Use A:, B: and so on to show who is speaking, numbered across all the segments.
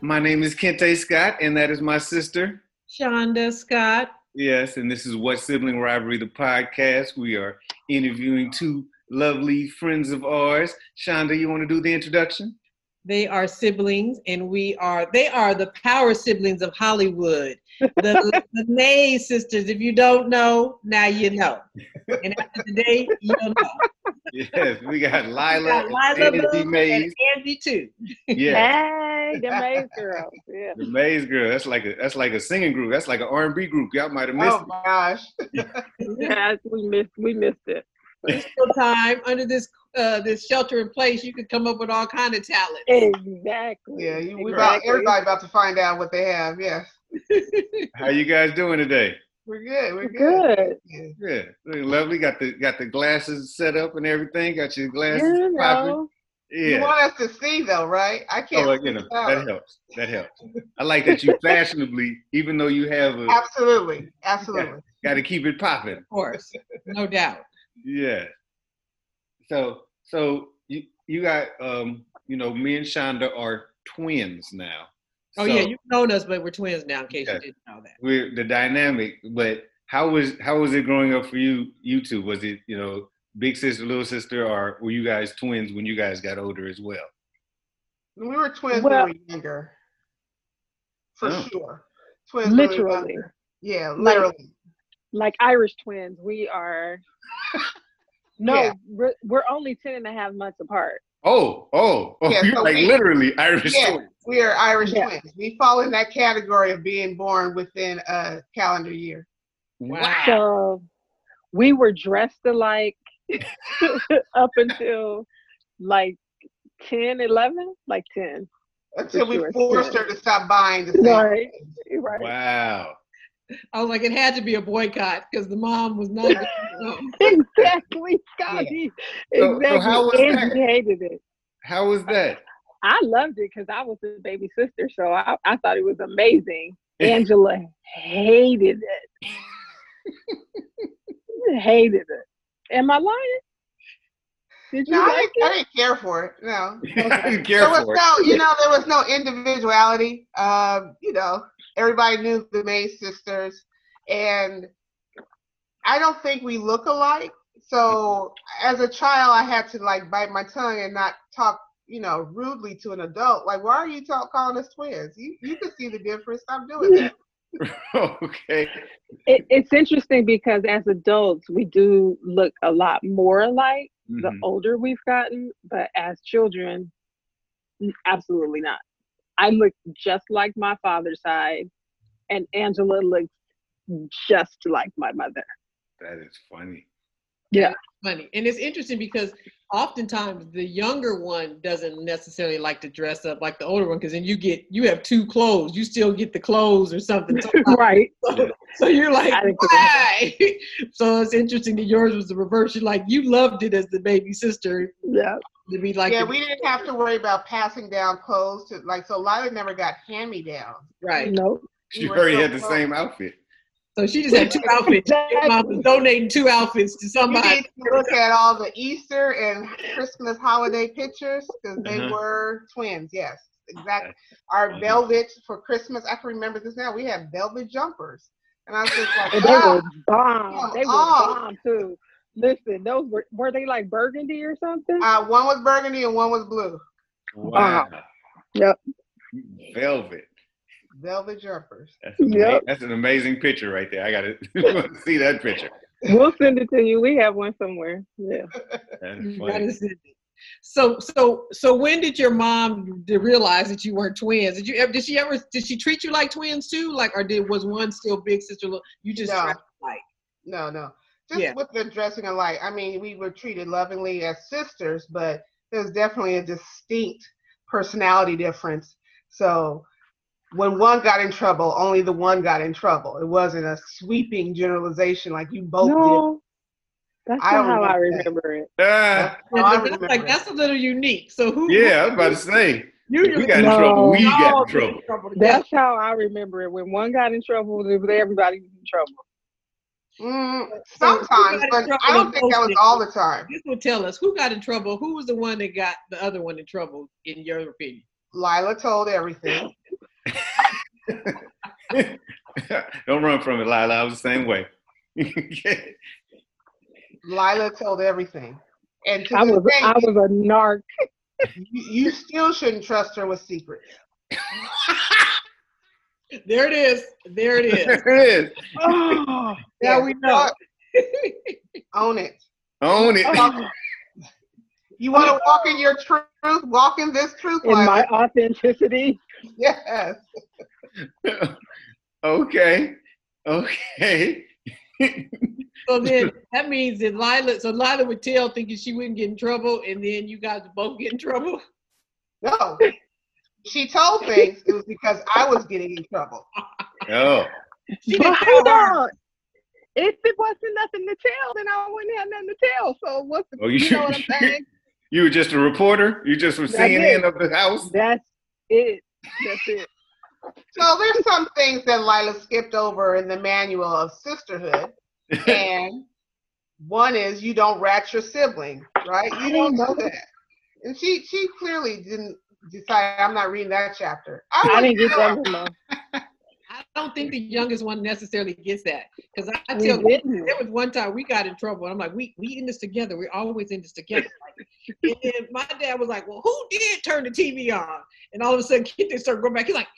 A: My name is Kente Scott, and that is my sister.
B: Shonda Scott.
A: Yes, and this is What Sibling Rivalry, the podcast. We are interviewing two lovely friends of ours. Shonda, you want to do the introduction?
B: They are siblings, and we are, they are the power siblings of Hollywood. The, the Nay sisters. If you don't know, now you know. And after today, you'll know.
A: Yes, we got
B: We
A: Lila,
B: got Lila
A: and Andy
B: Boone and
A: Mays.
B: Andy too.
A: Yes,
C: Hey, the Maze Girls. Yeah.
A: the Mays girl. That's like a that's like a singing group. That's like an R and B group. Y'all might have missed.
D: Oh my gosh.
C: Guys, we missed we missed it.
B: Still time under this uh, this shelter in place, you could come up with all kind of talent.
C: Exactly.
D: Yeah, you, we about,
C: exactly.
D: everybody about to find out what they have. Yes.
A: it. How you guys doing today?
D: We're good. We're good.
C: Good.
D: Yeah.
A: Yeah, really lovely. Got the got the glasses set up and everything. Got your glasses
C: You
A: popping.
C: know.
D: You
A: Yeah.
D: want us to see though, right? I
A: Oh,
D: can't.
A: well, you know,
D: see out.
A: that helps. That helps. I like that you fashionably, even though you have a
D: Absolutely. Absolutely.
A: got to keep it popping.
B: Of course, no doubt.
A: Yeah. So so you you got um you know me and Shonda are twins now.
B: Oh
A: So
B: yeah, you've known us, but we're twins now. In case
A: Yeah.
B: you didn't know that.
A: we're the dynamic. But how was how was it growing up for you? You two was it you know big sister, little sister, or were you guys twins when you guys got older as well?
D: We were twins
C: Well-
D: when we were younger. For
A: Oh.
D: sure. Twins. when we were
C: Literally.
D: younger. Yeah,
C: Like-
D: literally.
C: Like Irish twins, we are no,
D: Yeah.
C: we're, we're only 10 and a half months apart.
A: Oh, oh, oh
D: Yeah,
A: you're
D: so
A: like
D: we-
A: literally Irish
D: Yeah.
A: twins.
D: We are Irish
C: Yeah.
D: twins. We fall in that category of being born within a calendar year.
A: Wow.
C: So we were dressed alike up until like 10, 11, like 10.
D: Until we
C: sure,
D: forced
C: yeah.
D: her to stop buying the same.
C: Right. Right.
A: Wow.
B: I was like, it had to be a boycott because the mom was not.
C: Exactly, Scotty.
A: So- so
C: Exactly.
A: how was
C: and
A: that?
C: he hated it.
A: How was that?
C: I loved it because I was the baby sister, so I, I thought it was amazing. Angela hated it. hated it. Am I lying? Did you
D: No, I
C: like
D: didn't, I
C: it?
D: didn't care for it. No.
A: I didn't care
D: There was
A: for it.
D: no, you know, there was no individuality. Um, you know, everybody knew the May sisters, and I don't think we look alike. So as a child, I had to like bite my tongue and not talk, you know, rudely to an adult. Like, why are you talk, calling us twins? You you can see the difference. Stop doing that.
A: okay.
C: it? It's interesting because as adults, we do look a lot more alike the
A: Mhm.
C: older we've gotten, but as children, n- absolutely not. I look just like my father's side, and Angela looks just like my mother.
A: That is funny.
B: funny. And it's interesting because oftentimes the younger one doesn't necessarily like to dress up like the older one because then you get you have two clothes, you still get the clothes or something. So,
C: right.
B: so, so you're like,
C: I think so.
B: why? So it's interesting that yours was the reverse. You're like, you loved it as the baby sister
C: Yeah.
B: to be like,
D: yeah,
B: the-
D: we didn't have to worry about passing down clothes to like. So Lila never got hand me downs.
B: right.
C: No.
A: She already had the same outfit.
B: So she just had two outfits. Your mom was donating two outfits to
D: You
B: somebody.
D: need to look at all the Easter and Christmas holiday pictures because they
A: Uh-huh.
D: were twins. Yes, exactly.
A: That's
D: Our
A: funny.
D: velvet for Christmas. I can remember this now. We had velvet jumpers, and I was just like,
C: And they
D: oh,
C: were bomb. They were
D: Oh.
C: bomb too. Listen, those were were they like burgundy or something?
D: uh, one was burgundy and one was blue.
A: Wow.
C: Yep.
A: Velvet.
D: Velvet jumpers.
A: That's, ama-
C: Yep.
A: that's an amazing picture right there. I got to see that picture.
C: We'll send it to you. We have one somewhere. Yeah.
A: That is
B: You gotta
A: funny.
B: send it. So so so when did your mom d- realize that you weren't twins? Did you ever did she ever did she treat you like twins too? Like or did was one still big sister? little- You just
D: No.
B: like
D: No, no, just
B: Yeah.
D: with the dressing alike. I mean, we were treated lovingly as sisters, but there's definitely a distinct personality difference. So when one got in trouble, only the one got in trouble. It wasn't a sweeping generalization like you both did.
C: No. That's
D: Oh, I
C: not
D: don't
C: how I
D: remember that.
C: remember it.
A: Ah,
D: how I
B: And that's
D: remember
B: like
D: it.
B: that's a little unique. So who
A: yeah, I was about to say.
B: who
A: if
B: usually
A: We got in
C: No.
A: trouble. We
B: all
A: got in
B: get in
A: trouble.
B: trouble together.
C: That's how I remember it. When one got in trouble, it was everybody was in trouble.
D: Mm,
B: So who
D: sometimes,
B: got
D: but
B: in
D: I
B: trouble
D: don't
B: in
D: think that
B: both
D: was all the time.
B: This will tell us who got in trouble, who was the one that got the other one in trouble, in your opinion.
D: Lila told everything.
A: Don't run from it, Lila. I was the same way.
D: Lila told everything. And to
C: I
D: this
C: was
D: day,
C: I was a narc.
D: you, you still shouldn't trust her with secrets.
B: There it is. There it is.
A: there it is.
C: Oh,
D: Yeah, we
B: know.
D: know. Own it.
A: Own it.
C: oh,
D: You want to walk in your truth? Walk in this truth,
C: in my
D: Lila.
C: authenticity.
D: Yes.
A: Uh-huh. okay. Okay.
B: So then that means that Lila, so Lila would tell thinking she wouldn't get in trouble, and then you guys would both get in trouble.
D: No. She told things it was because I was getting in trouble.
A: oh.
B: She
C: But
B: didn't
C: hold
B: tell her.
C: on. If it wasn't nothing to tell, then I wouldn't have nothing to tell. So what's the
A: Oh,
C: you
A: you,
C: know what I'm saying?
A: you were just a reporter? You just were
C: I did.
A: CNN of the house?
C: That's it. That's it.
D: So there's some things that Lila skipped over in the manual of sisterhood, and one is you don't rat your sibling, right? You don't know that, and she she clearly didn't decide. I'm not reading that chapter.
C: I
D: was
C: didn't get
D: shocked.
C: that memo.
B: I don't think the youngest one necessarily gets that because I, I
C: We
B: tell
C: didn't.
B: there was one time we got in trouble, and I'm like, we we in this together. We're always in this together. Like, and then my dad was like, well, who did turn the TV on? And all of a sudden, kid they started going back. He's like,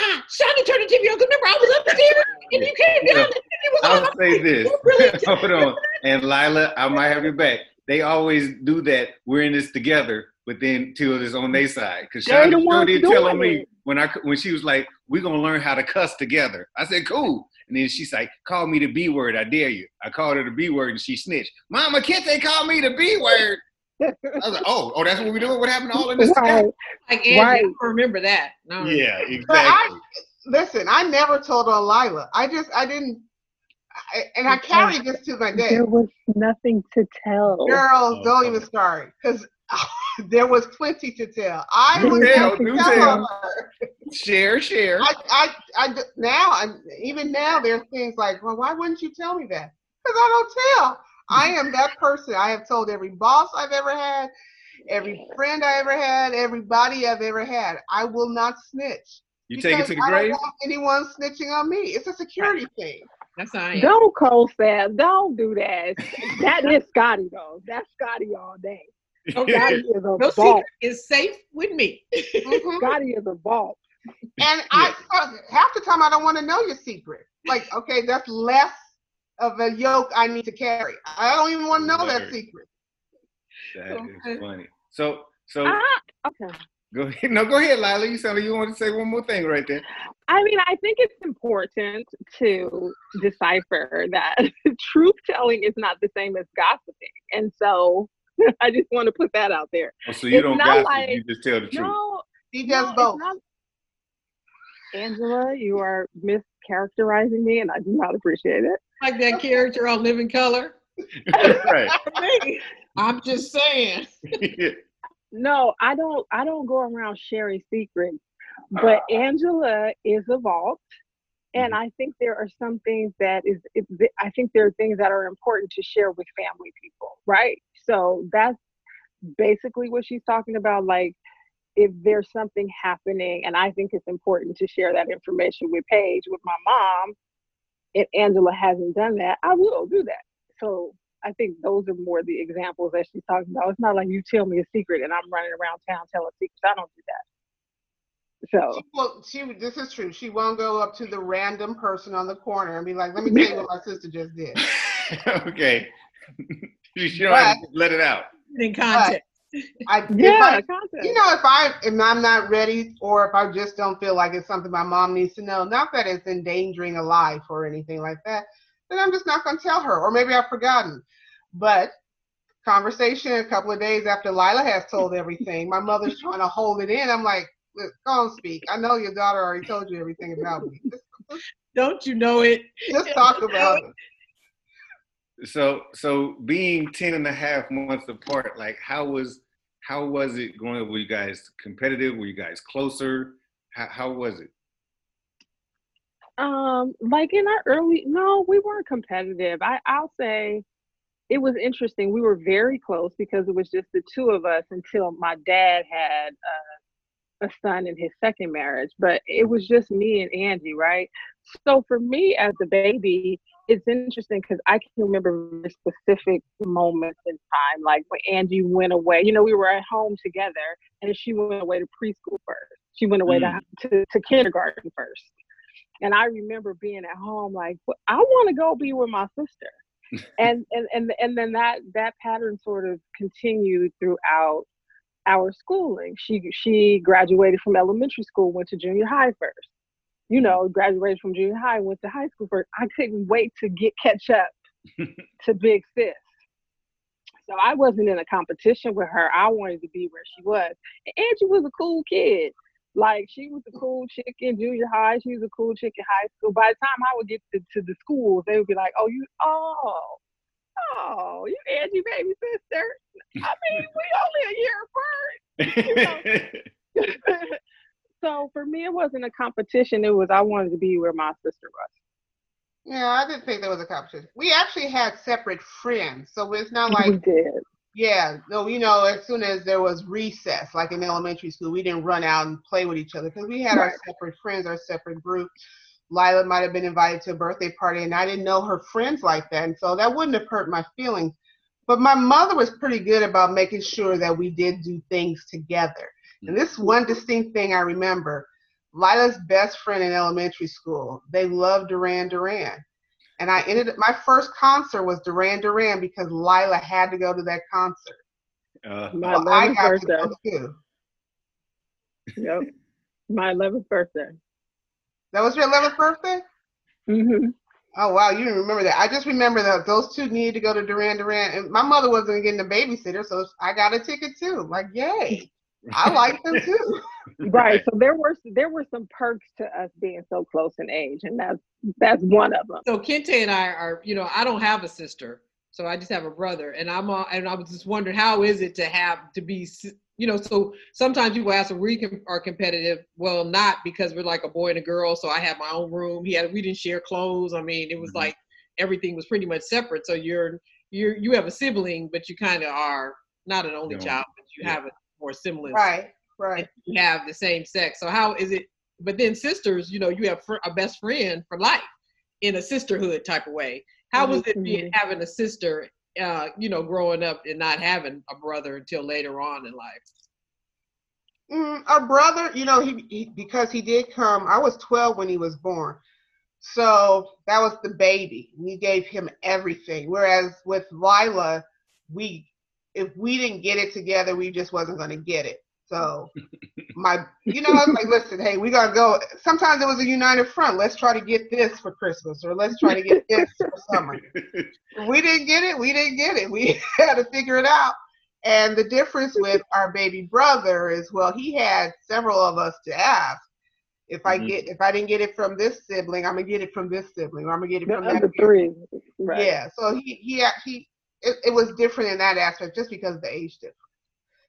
B: ah, Shonda turned the TV on because remember I was upstairs and you came down and it was on.
A: I'll say this.
B: You really
A: Hold on. And Lila, I might have your back. They always do that. We're in this together, but then Till is on their side. Because
C: They the
A: Shonda sure
C: ones
A: did tell on
C: doing
A: me
C: it.
A: when I when she was like, "We're gonna learn how to cuss together." I said, "Cool." And then she's like, "Call me the B word, I dare you." I called her the B word, and she snitched. Mama, can't they call me the B word? I was like, "Oh, oh, that's what we doing. What happened to all of this?"
C: Right.
A: together?"
B: like Angie, I
C: Right.
B: don't remember that. No.
A: Yeah,
D: But I
A: exactly.
D: listen. I never told on Lila. I just I didn't, I, and I carried this to my day.
C: There was nothing to tell.
D: Girls,
A: Oh,
D: don't
A: come
D: even
A: on.
D: start because there was plenty to tell. I
A: Do
D: was
A: tell,
D: not
A: do
D: tell
A: tell.
D: on her.
A: Share, share.
D: I, I, I d- now, I, even now, there's things like, well, why wouldn't you tell me that? Because I don't tell. I am that person. I have told every boss I've ever had, every friend I ever had, everybody I've ever had. I will not snitch.
A: You take it to the
D: because I
A: grave.
D: don't want anyone snitching on me. It's a security thing.
B: That's how I am.
C: Don't cold stab. Don't do that. That is Scotty though. That's Scotty all day.
B: Okay.
C: Scotty is a
B: No
C: vault.
B: secret is safe with me.
D: Mhm.
C: Scotty is a vault.
D: And I half the time I don't want to know your secret. Like, okay, that's less of a yoke I need to carry. I don't even want to know that
A: Word.
D: secret.
A: That
B: Okay.
A: is funny. So, so
C: Ah, okay.
A: Go ahead. No, go ahead, Lila. You sound like you want to say one more thing right there.
C: I mean, I think it's important to decipher that truth telling is not the same as gossiping. And so I just want to put that out there.
A: Oh, so you
C: It's
A: don't
C: not
A: gossip.
C: like-
A: you just tell the truth.
C: No,
D: He
C: no,
D: does
C: it's
D: both.
C: not- Angela, you are mischaracterizing me and I do not appreciate it.
B: like that character on Living Color.
A: right.
B: I'm just saying.
C: No, I don't I don't go around sharing secrets. But Angela is a vault. And
D: Mm-hmm.
C: I think there are some things that is, it, th- I think there are things that are important to share with family people, right? So that's basically what she's talking about. Like, if there's something happening, and I think it's important to share that information with Paige, with my mom, if Angela hasn't done that, I will do that. So I think those are more the examples that she's talking about. It's not like you tell me a secret and I'm running around town telling secrets. I don't do that. So.
D: She will, she, this is true. She won't go up to the random person on the corner and be like, let me tell you what my sister just did.
A: okay. you should not let it out.
B: In context.
D: I, if
C: Yeah,
D: I,
C: content.
D: you know, if I if I'm not ready or if I just don't feel like it's something my mom needs to know, not that it's endangering a life or anything like that, then I'm just not going to tell her. Or maybe I've forgotten. But conversation a couple of days after Lila has told everything, my mother's trying to hold it in. I'm like, "Look, go on, speak. I know your daughter already told you everything about me. Just,
B: Don't you know it?
D: just talk about it.
A: So, so being 10 and a half months apart, like how was, how was it growing up? Were you guys competitive? Were you guys closer? How, how was it?
C: Um, like in our early, no, we weren't competitive. I, I'll say it was interesting. We were very close because it was just the two of us until my dad had uh, a son in his second marriage, but it was just me and Angie, right? So for me as a baby, it's interesting because I can remember very specific moments in time, like when Angie went away. You know, we were at home together, and she went away to preschool first. She went away
A: Mm.
C: to, to to kindergarten first. And I remember being at home, like "Well, I want to go be with my sister, and and and and then that that pattern sort of continued throughout our schooling. She she graduated from elementary school, went to junior high first. You know, graduated from junior high, went to high school first. I couldn't wait to get catch up to Big Sis. So I wasn't in a competition with her. I wanted to be where she was. And Angie was a cool kid. Like she was a cool chick in junior high. She was a cool chick in high school. By the time I would get to, to the schools, they would be like, "Oh, you, oh, oh, you Angie baby sister." I mean, we only a year apart. so for me, it wasn't a competition. It was I wanted to be where my sister was.
D: Yeah, I didn't think there was a competition. We actually had separate friends, so it's not like
C: we did.
D: Yeah, no, you know, as soon as there was recess, like in elementary school, we didn't run out and play with each other because we had our
C: Right.
D: separate friends, our separate group. Lila might have been invited to a birthday party, and I didn't know her friends like that, and so that wouldn't have hurt my feelings. But my mother was pretty good about making sure that we did do things together. And this one distinct thing I remember Lila's best friend in elementary school, they loved Duran Duran. And I ended up, my first concert was Duran Duran because Lila had to go to that concert.
A: Uh,
C: My
D: Well, I
C: eleventh
D: got to
C: birthday.
D: go too.
C: yep. My eleventh birthday.
D: That was your 11th birthday?
C: hmm
D: Oh, wow, you didn't remember that. I just remember that those two needed to go to Duran Duran. And my mother wasn't getting a babysitter, so I got a ticket too. Like, yay. I like them too.
C: Right. So there were there were some perks to us being so close in age, and that's that's one of them.
B: So Kente and I are, you know, I don't have a sister, so I just have a brother, and I'm all, and I was just wondering how is it to have to be, s- you know, so sometimes people ask, are we com- are competitive? Well, not because we're like a boy and a girl, so I had my own room. He had, we didn't share clothes. I mean, it was
A: Mhm.
B: like everything was pretty much separate. So you're you're you have a sibling, but you kind of are not an only
A: No.
B: child, but you
A: Yeah.
B: have a more similar
D: right, right.
B: you have the same sex. So how is it? But then sisters, you know, you have fr- a best friend for life in a sisterhood type of way. How was it being, having a sister, uh, you know, growing up and not having a brother until later on in life?
D: Mm, our brother, you know, he, he because he did come. I was 12 when he was born, so that was the baby. We gave him everything. Whereas with Lila, we if we didn't get it together, we just wasn't going to get it. So my, you know, I was like, listen, hey, we gotta go. Sometimes it was a united front. Let's try to get this for Christmas, or let's try to get this for summer we didn't get it. We didn't get it. We had to figure it out. And the difference with our baby brother is, well, he had several of us to ask. If I
A: Mhm.
D: get, if I didn't get it from this sibling, I'm gonna get it from this sibling, or I'm gonna get it
C: The
D: from that.
C: other three. Right.
D: Yeah. So he, he, act- he, it, it was different in that aspect just because of the age difference.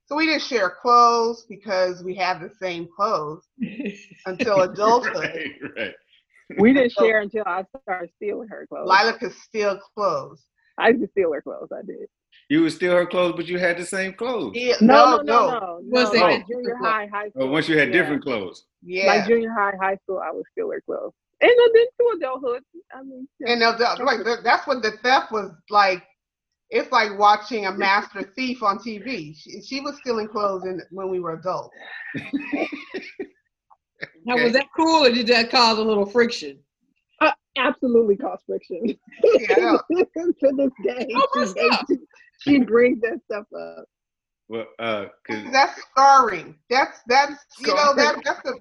D: So we didn't share clothes because we had the same clothes until adulthood.
A: right, right.
C: We didn't
D: So-
C: share until I started stealing her clothes.
D: Lila could steal clothes.
C: I used to steal her clothes. I did.
A: You would steal her clothes, but you had the same clothes.
D: Yeah,
C: No, no, no, no. no.
B: Was
A: it-
C: like junior high, high
A: Or
C: school.
A: once you had
C: yeah.
A: different clothes.
D: Oh. Yeah.
C: Like junior high, high school, I would steal her clothes. And then to adulthood, I mean, yeah.
D: And they'll- they'll- like that- that's what the theft was like. It's like watching a master thief on TV. She, she was stealing clothes in, when we were adults.
B: Now, was that cool or did that cause a little friction?
C: absolutely caused friction.
D: Yeah,
C: to this day,
B: Oh, my
C: she, brings, she brings that stuff up.
A: Well, uh, 'cause
D: That's scarring. That's that's you know that that's the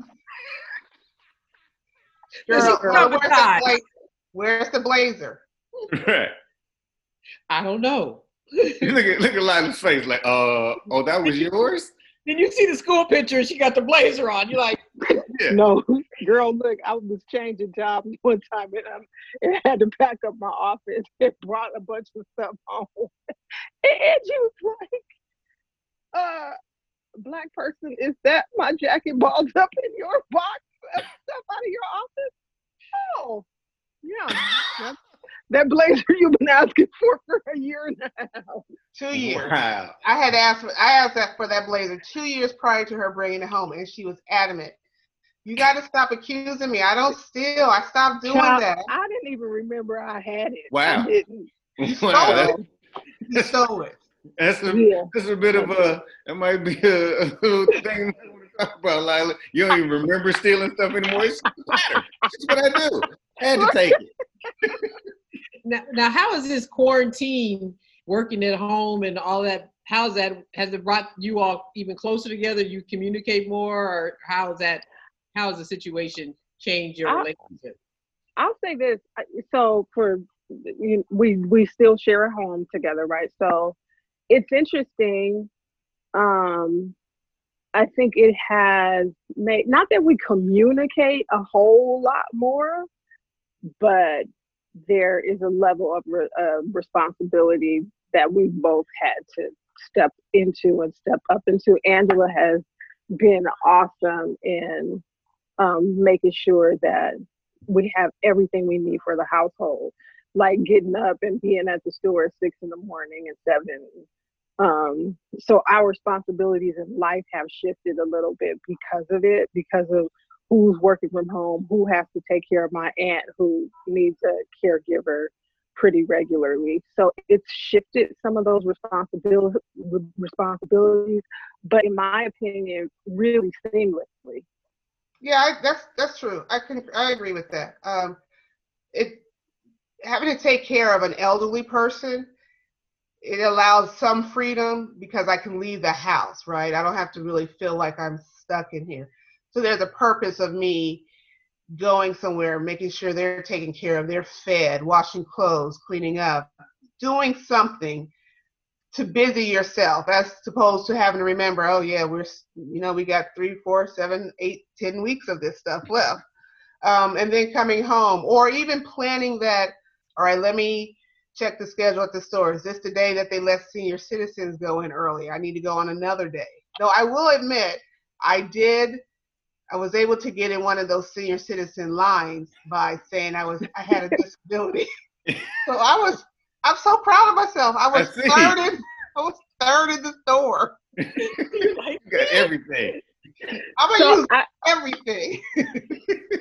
B: This
D: girl.
B: is
D: oh, where's, the
B: traumatized.
D: blazer? where's the blazer?
A: right.
B: I don't know.
A: look at look at Lila's face, like, uh, oh, that was yours.
B: Then you see the school picture and she got the blazer on. You're like,
A: Yeah.
C: No, girl, look, I was changing jobs one time and, um, and I had to pack up my office and brought a bunch of stuff home. And Angie was like, uh, black person, is that my jacket balled up in your box of stuff out of your office? Oh, yeah. That, that blazer you've been asking for for a year now.
D: Two years.
A: Wow.
D: I had asked I asked that for that blazer two years prior to her bringing it home, and she was adamant. You got to stop accusing me. I don't steal. I stopped doing
C: Child,
D: that.
C: I didn't even remember I had it.
A: Wow.
C: I didn't.
A: wow. That's,
D: Oh, You stole it.
A: that's, a,
C: Yeah.
A: that's a bit of a, that might be a, a little thing we wanna talk about, Lila. You don't even remember stealing stuff anymore. It's flatter. That's what I do. I had to take it.
B: Now, now how is this quarantine working at home and all that? How's that? Has it brought you all even closer together? You communicate more, or how is that? How has the situation changed your
C: I-
B: relationship?
C: I'll say this. I- So for you we we still share a home together, right? So it's interesting. Um, I think it has made not that we communicate a whole lot more, but there is a level of re- uh, responsibility that we both had to step into and step up into. Angela has been awesome in um, making sure that we have everything we need for the household, like getting up and being at the store at six in the morning and seven. Um, so our responsibilities in life have shifted a little bit because of it, because of who's working from home, who has to take care of my aunt who needs a caregiver pretty regularly. So it's shifted some of those responsibil- re- responsibilities, but in my opinion, really seamlessly.
D: Yeah, I, that's that's true. I can I agree with that. Um, it having to take care of an elderly person, it allows some freedom because I can leave the house, right? I don't have to really feel like I'm stuck in here. So there's a purpose of me going somewhere, making sure they're taken care of, they're fed, washing clothes, cleaning up, doing something to busy yourself as opposed to having to remember oh yeah we're s- you know we got three four seven eight ten weeks of this stuff left um, and then coming home or even planning that all right let me check the schedule at the store is this the day that they let senior citizens go in early i need to go on another day though i will admit i did i was able to get in one of those senior citizen lines by saying i was i had a disability so i was i'm so proud of myself i was
A: I see.
D: third in i was third in the store
A: You got everything.
D: i'm gonna
C: So
D: use
C: I,
D: everything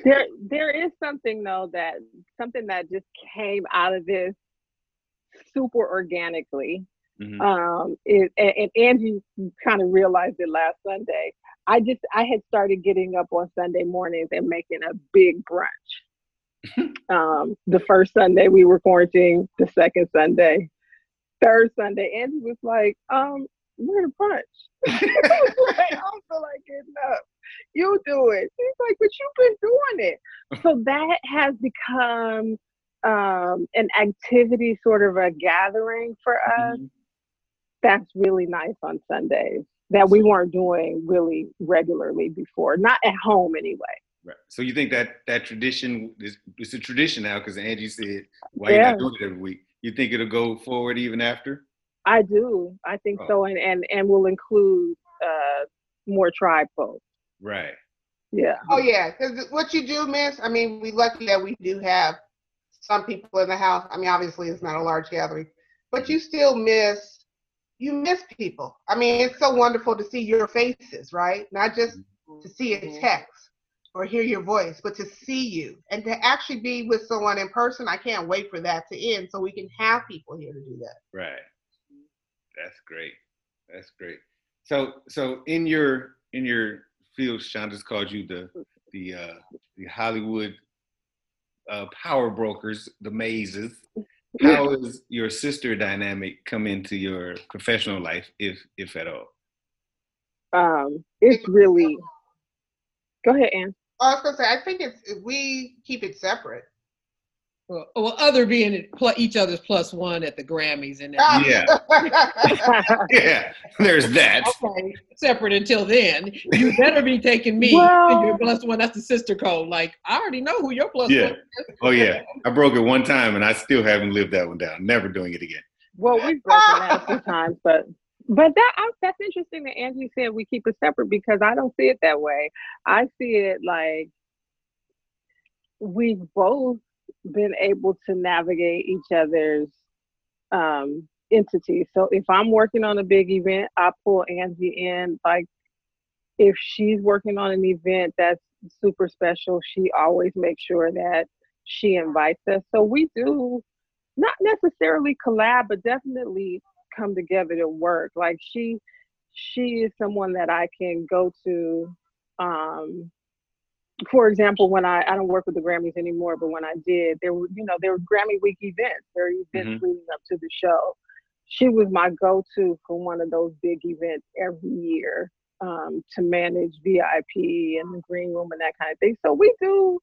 C: there there is something though that something that just came out of this super organically
A: Mhm.
C: um it, and, and angie kind of realized it last sunday i just i had started getting up on sunday mornings and making a big brunch um the first sunday we were quarantining the second sunday third sunday angie was like um we're to brunch I was like, I don't feel like getting up. You do it. He's like, but you've been doing it. So that has become um, an activity, sort of a gathering for us. That's really nice on Sundays that we weren't doing really regularly before, not at home anyway.
A: Mm-hmm. Right. So you think that that tradition is it's a tradition now because Angie said why you
C: Yeah.
A: not doing it every week. You think it'll go forward even after?
C: I do. I think so, and and and will include uh, more tribe folks.
A: Right.
C: Yeah.
D: Oh yeah, because what you do, Miss. I mean, we lucky that we do have some people in the house. I mean, obviously it's not a large gathering, but you still miss you miss people. I mean, it's so wonderful to see your faces, right? Not just to see a text or hear your voice, but to see you and to actually be with someone in person. I can't wait for that to end so we can have people here to do that.
A: Right. That's great. That's great. So so in your in your field, Shonda's called you the the uh, the Hollywood uh, power brokers, the mazes. How is your sister dynamic come into your professional life, if if at all?
C: Um, it's really. Go ahead, Ann.
D: I was gonna say, I think it's we keep it separate.
B: Well, well, other being at pl- each other's plus one at the Grammys and
D: Ah.
B: that.
A: Yeah, yeah. There's that.
B: Okay, separate until then. You better be taking me.
C: Well-
B: your plus one. That's the sister code. Like I already know who your plus
A: Yeah.
B: one. is.
A: Oh yeah, I broke it one time, and I still haven't lived that one down. Never doing it again.
C: Well, we've broken that a few times, but but that I, that's interesting that Angie said we keep it separate because I don't see it that way. I see it like we've both been able to navigate each other's um, entity. So if I'm working on a big event, I pull Angie in. Like if she's working on an event that's super special, she always makes sure that she invites us. So we do not necessarily collab, but definitely come together to work. Like she she is someone that I can go to. Um, for example, when I I don't work with the Grammys anymore, but when I did, there were you know there were Grammy week events, there were events leading up to the show. She was my go-to for one of those big events every year um, to manage VIP and the green room and that kind of thing. So we do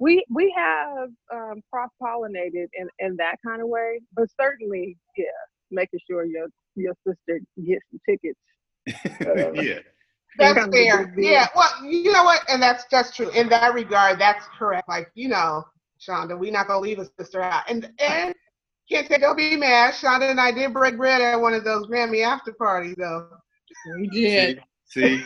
C: we we have um, cross-pollinated in in that kind of way, but certainly yeah, making sure your your sister gets the tickets. Uh,
A: yeah.
D: That's
C: Sometimes it
D: fair.
C: just be-
D: Yeah. Well, you know what? And that's that's true. In that regard, that's correct. Like, you know, Shonda, we're not gonna leave a sister out. And and can't say don't be mad. Shonda and I did break bread at one of those Grammy after parties though.
B: We did.
A: See, see?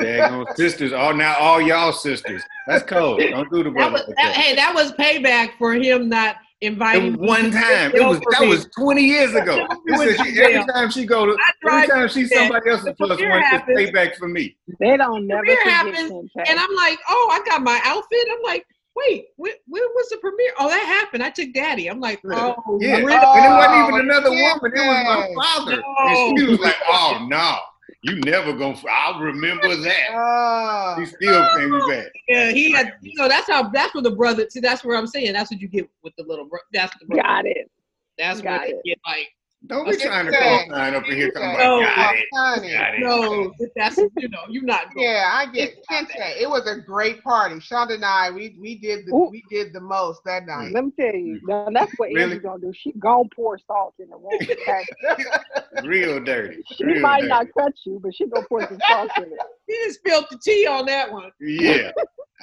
A: daggone sisters. All now, all y'all sisters. That's cold. Don't do the
B: That
A: brother.
B: was
A: like that.
B: that, hey, that was payback for him not inviting.
A: It was
B: me
A: one
B: to
A: time.
B: the
A: It was
B: show for
A: that
B: me.
A: was 20 years ago. This
B: with
A: is- she-
B: Giselle.
A: every time she go to
B: I
A: every
B: tried
A: time she's
B: that.
A: somebody else's
B: The
A: plus
B: premiere
A: one, it's
B: happens.
A: payback for me.
C: They don't never
B: Premiere
C: forget
B: happens,
C: Shintae.
B: and I'm like, oh, I got my outfit. I'm like, wait, when, when was the premiere? Oh, that happened. I took Daddy. I'm like,
A: Yeah.
B: oh,
A: Yeah. And
B: really?
A: it wasn't
D: Oh,
A: even another
D: yeah.
A: woman. It was my father. And she was like, oh no, you never gonna I'll remember that.
D: Oh.
A: She still paying me back.
B: Yeah, he had. You know, that's how. That's what the brother. See, that's where I'm saying. That's what you get with the little. bro- That's the brother.
C: Got it.
B: That's
C: got
B: where they
C: it.
B: get like,
A: Don't be
B: Okay.
A: trying to call sign up in here talking about
B: No.
A: got it.
D: Honey.
A: Got it.
B: no, that's you know, you're not. Going.
D: Yeah, I get Kente. It was a great party. Shonda and I, we we did the
C: Ooh.
D: we did the most that night.
C: Let me tell you, now that's what
A: Mm-hmm. Really?
C: Angie's gonna do. She gonna pour salt in the wound. Okay?
B: uh,
A: Real dirty.
C: She
A: Real
C: might
A: dirty.
C: not cut you, but she gonna pour some salt in it.
B: He just spilled the tea on that one.
A: Yeah.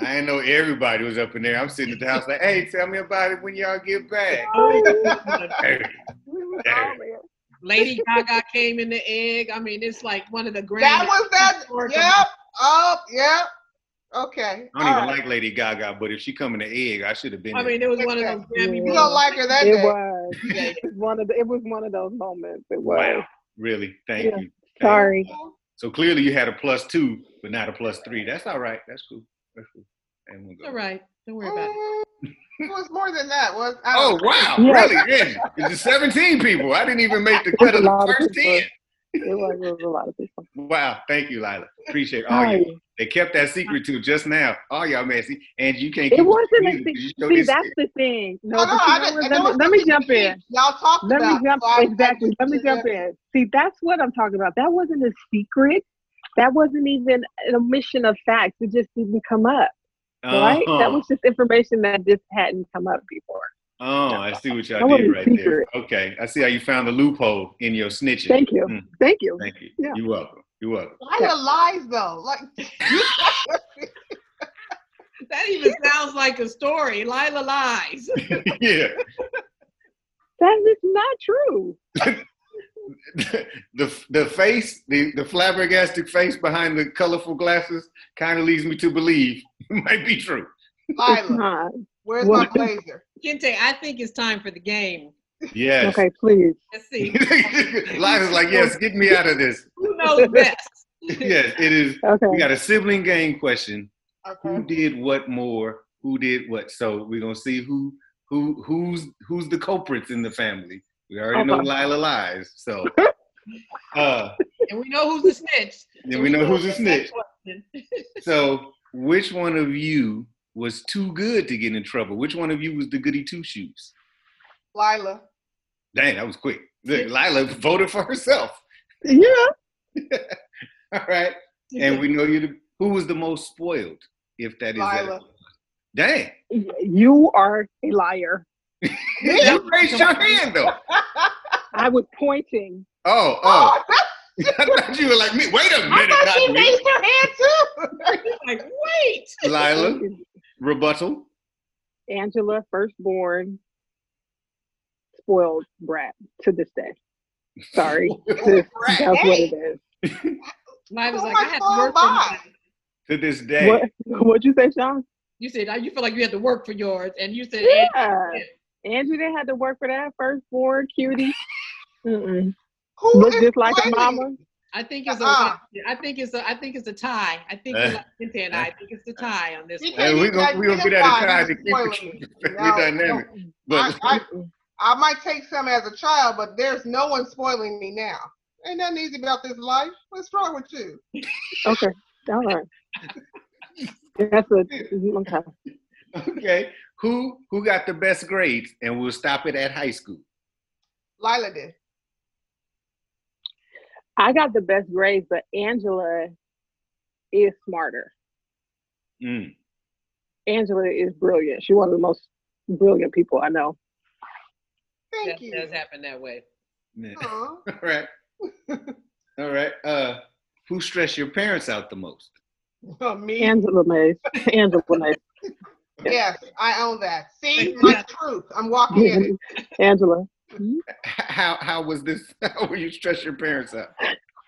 A: I didn't know everybody was up in there. I'm sitting at the house like, hey, tell me about it when y'all get back.
B: Oh,
A: Dirty.
C: We was all there.
B: Lady Gaga came in the egg. I mean, it's like one of the grand.
D: That was that.
B: Historical-
D: Yep. Oh, yep. Okay.
A: I don't even
D: all right.
A: like Lady Gaga, but if she come in the egg, I should have been.
B: I
A: there.
B: mean, it was one of those Grammy.
D: You
C: Yeah.
D: don't like her that
C: It
D: day.
C: was.
B: Yeah.
C: It was one of the, it was one of those moments. It was.
A: wow, really? Thank
C: Yeah.
A: you. Thank
C: Sorry.
A: you. So clearly, you had a plus two, but not a plus three. That's all right. That's cool. That's cool. That one
B: All
A: go.
B: right, don't worry about it.
D: Mm, It was more than that. Was I
A: Oh
D: don't
A: wow,
C: Yeah.
A: really? Yeah, it's just 17 people. I didn't even make the cut
C: That's a
A: of the
C: lot of
A: first
C: people.
A: 10.
C: It was, it was a lot of people.
A: Wow, thank you, Lila. Appreciate all you.
C: Sorry.
A: They kept that secret too just now. All y'all messy, and you can't.
C: It
A: keep
C: wasn't
A: either 'cause
C: a
A: you
C: see.
A: showed
C: See,
A: this
C: that's
A: shit.
C: the thing. No,
D: No, no,
C: but you
D: I
C: know
D: didn't.
C: what?
D: and it
C: Let me,
D: was
C: let me
D: something
C: jump
D: you
C: in.
D: Y'all talked
C: Let me
D: about.
C: jump
D: so I- I
C: exactly.
D: just-
C: Let me jump in. See, that's what I'm talking about. That wasn't a secret. That wasn't even an omission of facts. It just didn't come up, right?
A: Uh-huh.
C: That was just information that just hadn't come up before.
A: Oh, I see what
C: That
A: y'all
C: was
A: did
C: a
A: right there.
C: secret.
A: Okay, I see how you found the loophole in your snitching.
C: Thank you.
D: Hmm.
A: Mm,
C: Thank you.
A: thank you.
C: Yeah.
A: You're welcome. You're welcome.
D: Why the lies though? Like
B: That even sounds like a story. Lila lies.
A: yeah,
C: That is not true.
A: the the face, the the flabbergasted face behind the colorful glasses, kind of leads me to believe it might be true.
C: It's
D: Lila,
C: not.
D: where's
C: Well-
D: my blazer?
B: Kente, I think it's time for the game.
A: Yes.
C: Okay, please.
B: Let's see
A: Lila's like, yes, get me out of this.
B: who knows best.
A: yes, it is. We
C: Okay.
A: got a sibling game question. Who
C: Hmm.
D: Okay.
A: did what more? Who did what? So we're gonna see who who who's who's the culprits in the family. We already know
C: Okay.
A: Lila lies. So uh
B: And we know who's the snitch.
A: then we know who's a snitch.
B: snitch.
A: So, which one of you was too good to get in trouble? Which one of you was the goody two shoes?
D: Lila.
A: Dang, that was quick. Look, Lila voted for herself.
C: Yeah.
A: All right, and we know you. the Who was the most spoiled? If that is that.
D: Lila.
A: Dang,
C: You are a liar.
A: you raised your hand though.
C: I was pointing.
A: Oh, oh,
D: Oh, that's
A: I thought you were like me. Wait a
D: I
A: minute,
D: thought
A: not
D: she
A: me.
D: raised her hand too.
B: like, wait.
A: Lila, rebuttal.
C: Angela, firstborn, spoiled brat to this day. Sorry. This-
D: Brat,
C: that's what
D: hey.
C: it is.
A: oh
B: Lila's like,
D: Who
B: I
D: am I
B: had to
D: going
B: work for mine.
D: by?
A: To this day,
C: What what'd you say, Sean?
B: You said uh, you feel like you had to work for yours, and you said,
C: Yeah. Angie didn't have to work for that firstborn cutie. Mm-mm.
D: Who
C: Look
D: is
C: just like a
D: fighting?
C: mama.
B: I think it's a.
D: Uh-uh.
B: I think it's a. I think it's a tie. I think you're
A: Eh.
B: like Kente and I, I think it's the tie on this
D: He
B: one.
D: can't
A: Hey, we
D: even
A: gon- we gonna get out of
D: identify
A: time to
D: who's
A: keep it-
D: spoiling.
A: We're
D: No,
A: dynamic. But
D: I,
C: Mm-mm.
D: I, I might take some as a child, but there's no one spoiling me now. Ain't nothing easy about this life. What's wrong with you?
C: Okay. All right. That's a okay.
A: okay, who who got the best grades, and we'll stop it at high school.
D: Lila did.
C: I got the best grades, but Angela is smarter.
A: Mm.
C: Angela is brilliant. She's one of the most brilliant people I know.
D: Thank
B: That
D: you.
B: does happen that way.
A: Yeah.
D: Aw.
A: All right, all right. Uh, who stressed your parents out the most?
D: Oh, me.
C: Angela Mays. Angela Mays.
D: Yes, I own that. See,
B: Yeah.
D: my truth. I'm walking in it.
C: Angela.
A: H- How how was this? How were you stress your parents out?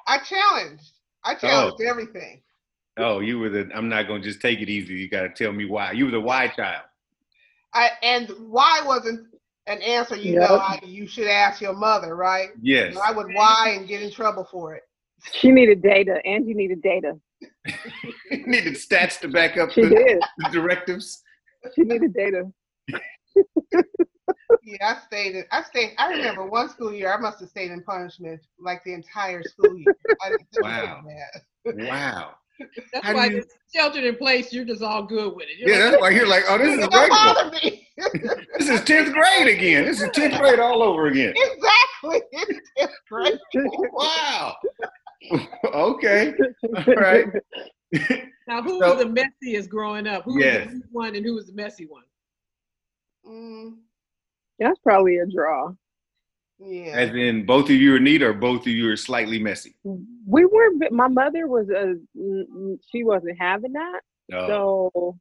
D: I challenged. I challenged everything.
A: Oh, you were the. I'm not gonna just take it easy. You gotta tell me why. You were the why child.
D: I, and why wasn't an answer you
C: Yep.
D: know I, you should ask your mother, right?
A: Yes.
D: I would why and get in trouble for it.
C: She needed data. Angie needed data.
A: Needed stats to back up
C: She
A: the,
C: did.
A: the directives.
C: She needed data.
D: Yeah, I stayed. In, I stayed. I remember one school year. I must have stayed in punishment like the entire school year. I didn't feel
A: Wow.
D: bad.
A: Wow.
B: That's
A: How do
B: why
A: you-
B: this sheltered in place. You're just all good with it. You're
A: Yeah,
B: like,
A: that's why you're like, oh, this is
D: It don't
A: regular.
D: bother me.
A: This is tenth grade again. This is tenth grade all over again.
D: exactly. It's just great.
A: Wow. okay. All right.
B: now, who
A: So-
B: was the messiest growing up? Who
A: Yes.
B: was the good one and who was the messy one?
D: Mm,
C: That's probably a draw.
D: yeah.
A: As in, both of you are neat, or both of you are slightly messy.
C: We were. My mother was a. She wasn't having that,
A: Oh,
C: so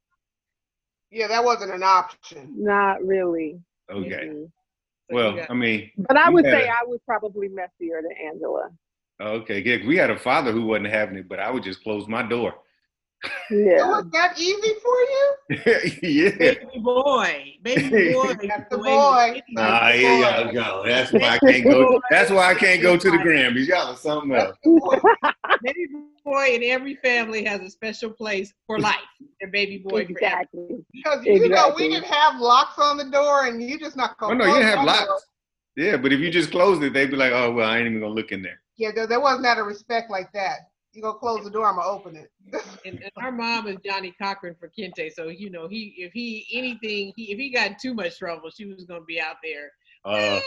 D: Yeah, that wasn't an option.
C: not really.
A: okay.
C: Mhm.
B: So
A: Well,
B: you got-
A: I mean,
C: But I
A: You
C: would say
A: gotta-
C: I was probably messier than Angela.
A: okay. Yeah, we had a father who wasn't having it, but I would just close my door.
D: It
C: Yeah.
D: was that easy for you?
A: yeah.
B: baby boy, baby boy,
D: That's the
B: the way-
D: boy.
A: Ah, here y'all go. That's why I can't go. That's why I can't go to the Grammys. Y'all are something else.
D: Boy,
B: baby boy in every family has a special place for life. Their baby boy forever.
C: Exactly.
D: Because you know we
C: Exactly.
D: didn't have locks on the door, and you just not
A: Oh
D: gonna.
A: no, you
D: close
A: have
D: my door.
A: locks. Yeah, but if you just closed it, they'd be like, oh well, I ain't even gonna look in there.
D: Yeah, there, there wasn't that a respect like that. You gonna close the door, I'm gonna open it.
B: And, and our mom is Johnny Cochran for Kente, so you know he if he anything he if he got in too much trouble, she was gonna be out there.
A: Uh,
D: I'm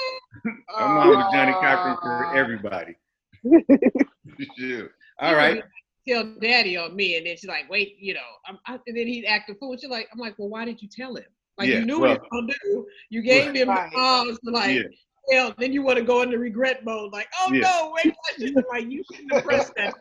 B: Oh.
A: I'm on with Johnny Cochran for everybody. Shoot. All right.
B: Tell daddy on me, and then she's like, "Wait, you know," I'm, I, and then he'd act a fool. She's like, "I'm like, well, why did you tell him? Like
A: Yeah,
B: you knew
A: well-
B: what he was gonna do. You gave him
D: Right.
B: the cause to like
A: Yeah.
B: tell. Then you want to go into regret mode, like, oh
A: Yeah.
B: no, wait, I shouldn't. Like you shouldn't have pressed that.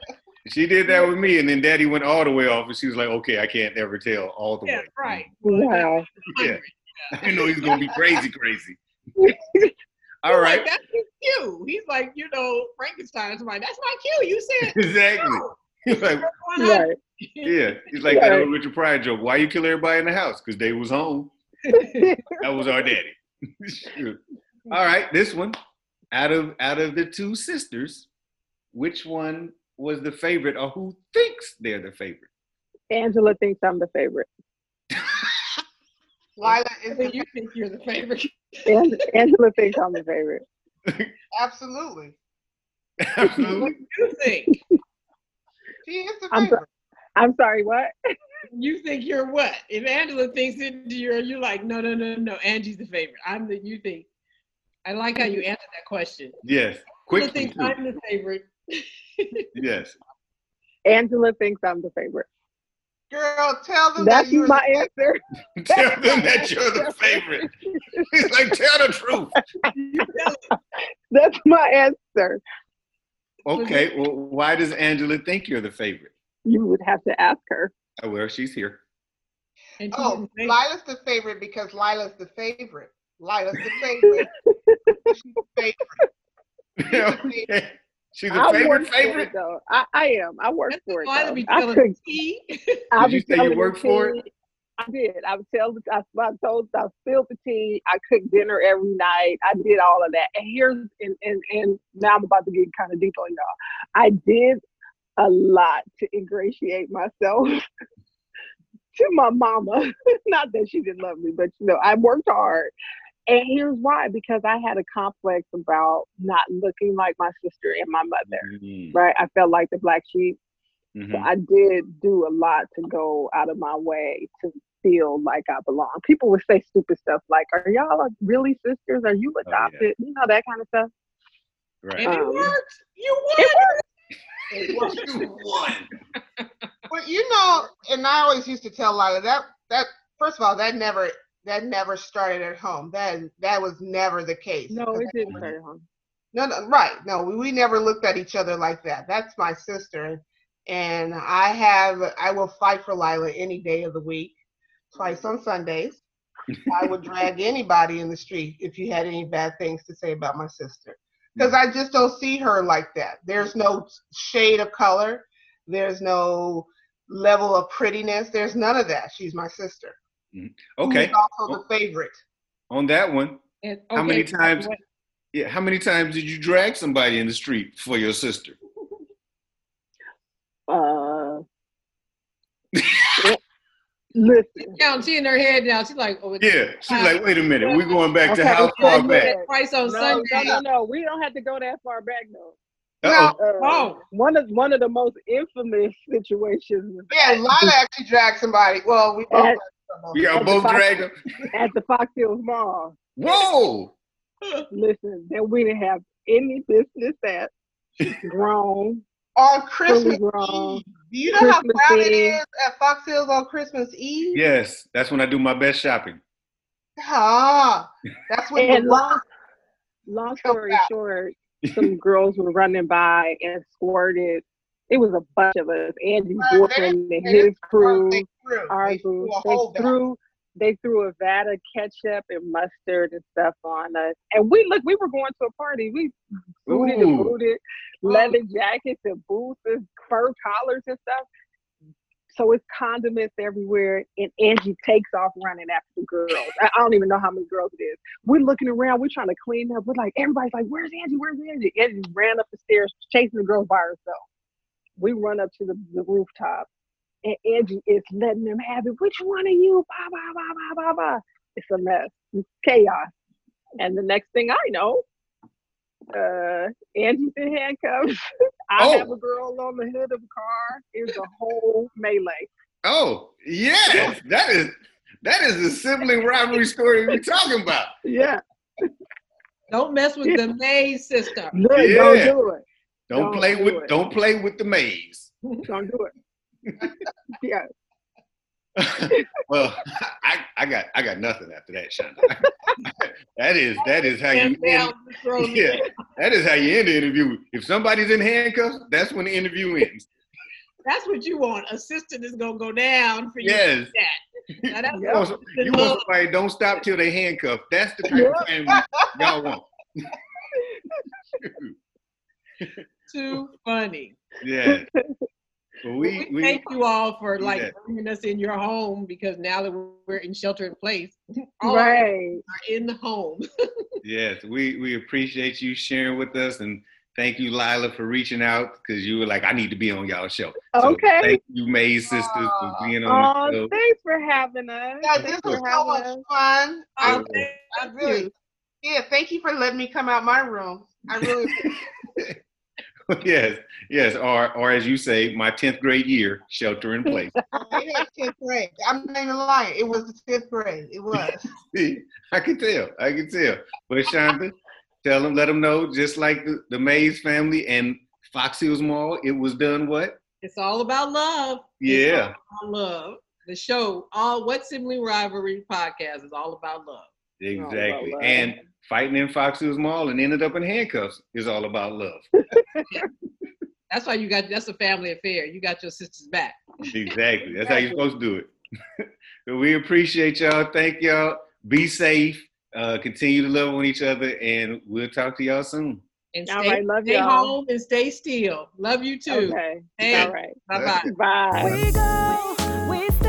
A: She did that with me, and then Daddy went all the way off, and she was like, "Okay, I can't ever tell all the
B: Yeah,
A: way."
B: right.
C: Wow.
A: Yeah.
B: Yeah.
A: I know he's gonna be crazy, crazy. all right.
B: Like, that's his cue. He's like, you know, Frankenstein. or somebody. that's my cue. You said.
A: Exactly.
B: No.
A: He's like,
B: Why not?
C: Right.
A: yeah. He's like that
C: Right.
A: old Richard Pryor joke. Why you kill everybody in the house? Because they was home. That was our daddy. Shoot. All right, this one. Out of out of the two sisters, which one was the favorite, or who thinks they're the favorite?
C: Angela thinks I'm the favorite.
D: Lila is
B: you think you're the favorite.
C: An- Angela thinks I'm the favorite.
D: absolutely.
A: Absolutely.
B: What do you think?
D: She is the
C: I'm
D: favorite.
C: I'm sorry. What?
B: You think you're what? If Angela thinks it, you're you're like, no, no, no, no. Angie's the favorite. I'm the. You think? I like how you answered that question.
A: Yes.
B: Angela
A: Quickly.
B: thinks
A: too.
B: I'm the favorite.
A: Yes.
C: Angela thinks I'm the favorite.
D: Girl,
A: Oh,
D: tell them
C: That's
D: that you were
C: my answer.
A: Tell them that you're the favorite. He's like, tell the truth.
B: You tell it.
C: That's my answer.
A: Okay, well, why does Angela think you're the favorite?
C: You would have to ask her.
A: Oh, well, she's here.
B: And she
D: Oh,
B: didn't say-
D: Lila's the favorite because Lila's the favorite. Lila's the favorite. She's the favorite.
A: okay. She's the
C: I work
A: favorite
C: for it
A: favorite.
C: though. I, I am. I work
B: That's
C: for it.
B: why they
C: though.
B: be
C: I
B: telling
C: could.
B: me.
C: I
A: Did you say
C: be
A: you
C: telling
A: work
C: the
A: for it?
C: kids- I did. I would tell, I, I told, I spilled the tea. I cooked dinner every night. I did all of that. And here's, and, and, and now I'm about to get kind of deep on y'all. I did a lot to ingratiate myself to my mama. Not that she didn't love me, but you know, I worked hard. And here's why because I had a complex about not looking like my sister and my mother,
A: Mm-hmm.
C: right? I felt like the black sheep. So I did do a lot to go out of my way to feel like I belong. People would say stupid stuff like, Are y'all like, really sisters? Are you
A: yeah.
C: adopted? You know, that kind of stuff.
A: Right.
B: And it
C: Um,
B: worked. You
C: It
B: won.
C: worked.
A: You won.
D: But you know, and I always used to tell Lila that that first of all, that never that never started at home. That that was never the case.
C: No,
D: Because
C: it didn't
A: Mhm.
C: hurt him.
D: No, no, right. No, we, we never looked at each other like that. That's my sister. And I have, I will fight for Lila any day of the week, twice on Sundays. I would drag anybody in the street if you had any bad things to say about my sister. Because I just don't see her like that. There's no shade of color, there's no level of prettiness, there's none of that. She's my sister.
A: Okay.
D: Who's also the favorite.
A: On that one,
B: And-
A: How many
B: okay,
A: times- yeah. How many times did you drag somebody in the street for your sister?
C: Uh, listen.
B: Now she in her head now. She's like, oh, it's
A: Yeah. She's like, wait a minute. We're going back to
C: Okay,
A: how
C: okay,
A: far
B: Sunday,
A: back?
C: back.
B: Twice on
C: No, no,
B: Sunday.
C: no, no. We don't have to go that far back though.
A: Uh
D: Well,
A: oh.
C: Uh,
B: Oh.
C: One of one of the most infamous situations
D: yeah, Lila actually dragged somebody. Well, we both. got
C: At-
D: in trouble.
A: We got both dragged. them.
C: at the Fox Hills Mall.
A: Whoa.
C: Listen, that we didn't have any business at. Grown,
D: on
C: fully
D: Christmas
C: grown.
D: Eve. Do you know how
C: Christmas
D: crowded
C: Eve.
D: it is at Fox Hills on Christmas Eve?
A: Yes. That's when I do my best shopping.
D: Ah, that's when
C: And
D: the
C: long,
D: worst
C: long
D: Come
C: story
D: back.
C: short, some girls were running by and squirted. It was a bunch of us. Andy's
D: Uh, they
C: boyfriend and
D: they didn't
C: his crew.
D: they threw.
C: our
D: They
C: booth.
D: threw a
C: They
D: whole bag.
C: threw they threw a vat of ketchup and mustard and stuff on us. And we look, we were going to a party. We booted and
A: Ooh.
C: booted, leather jackets and boots and fur collars and stuff. So it's condiments everywhere, and Angie takes off running after the girls. I I don't even know how many girls it is. We're looking around, we're trying to clean up. We're like, everybody's like, "Where's Angie? Where's Angie?" Angie ran up the stairs, chasing the girls by herself. We run up to the, the rooftop, and Angie is letting them have it. Which one of you? Bah, bah, bah, bah, bah, bah. It's a mess. It's chaos. And the next thing I know, uh, Angie's in handcuffs. I have
A: Oh.
C: a girl on the hood of a car. It's a whole melee.
A: Oh, yes. That is that is the sibling rivalry story we're talking about.
C: Yeah.
B: Don't mess with the maid sister.
C: Look, Don't
A: Yeah.
C: do it.
A: Don't,
C: Don't
A: play
C: do
A: with
C: it.
A: don't play with the maze.
C: Don't do it. yeah.
A: well, I, I got I got nothing after that, Shonda. that is that is how you
B: Hands down,
A: end,
B: throw them
A: yeah, that is how you end the interview. If somebody's in handcuffs, that's when the interview ends.
B: That's what you want. Assistant is gonna go down for you.
A: Yes.
B: Now, that's
A: You want, some- you want
B: love.
A: somebody don't stop till they handcuff. That's the type
C: Yeah.
A: of family y'all want.
B: too funny.
A: Yeah. But
B: We,
A: we, we
B: thank you all for like
A: Yeah.
B: bringing us in your home because now that we're in shelter in place, all of us
C: Right.
B: are in the home.
A: yes, we we appreciate you sharing with us and thank you, Lila, for reaching out because you were like, I need to be on y'all show. So
C: Okay.
A: Thank you, Maze Sisters, for being on the
C: Oh,
A: show.
C: thanks for having us.
D: Yeah,
C: Thanks
D: this
C: for
D: was so
C: having
D: much
C: us.
D: fun. I,
A: Yeah.
B: Oh, thank
D: I
B: you.
D: really, yeah, thank you for letting me come out my room. I really,
A: yes, yes, or or as you say, my tenth grade year, shelter in place.
D: it was 10th grade. I'm not even lying. It was the 10th grade. It was.
A: See, I can tell, I can tell. But Shonda, tell them, let them know, just like the, the Mays family and Fox Hills Mall, it was done what?
B: It's all about love. It's
A: Yeah,
B: all about love. The show, all what sibling rivalry podcast is all about love.
C: about
A: exactly.
C: love.
A: And fighting in Fox Hills Mall and ended up in handcuffs is all about love.
B: That's why you got that's a family affair. You got your sisters back.
A: Exactly. That's how you're supposed to do it. So we appreciate y'all. Thank y'all. Be safe. Uh, continue to love on each other, and we'll talk to y'all soon.
B: And
C: All
B: stay,
C: right, love
B: stay
C: y'all.
B: home and stay still. Love you too.
C: Okay.
B: Hey,
C: All right.
B: bye bye.
C: Bye.
E: We go, we stay.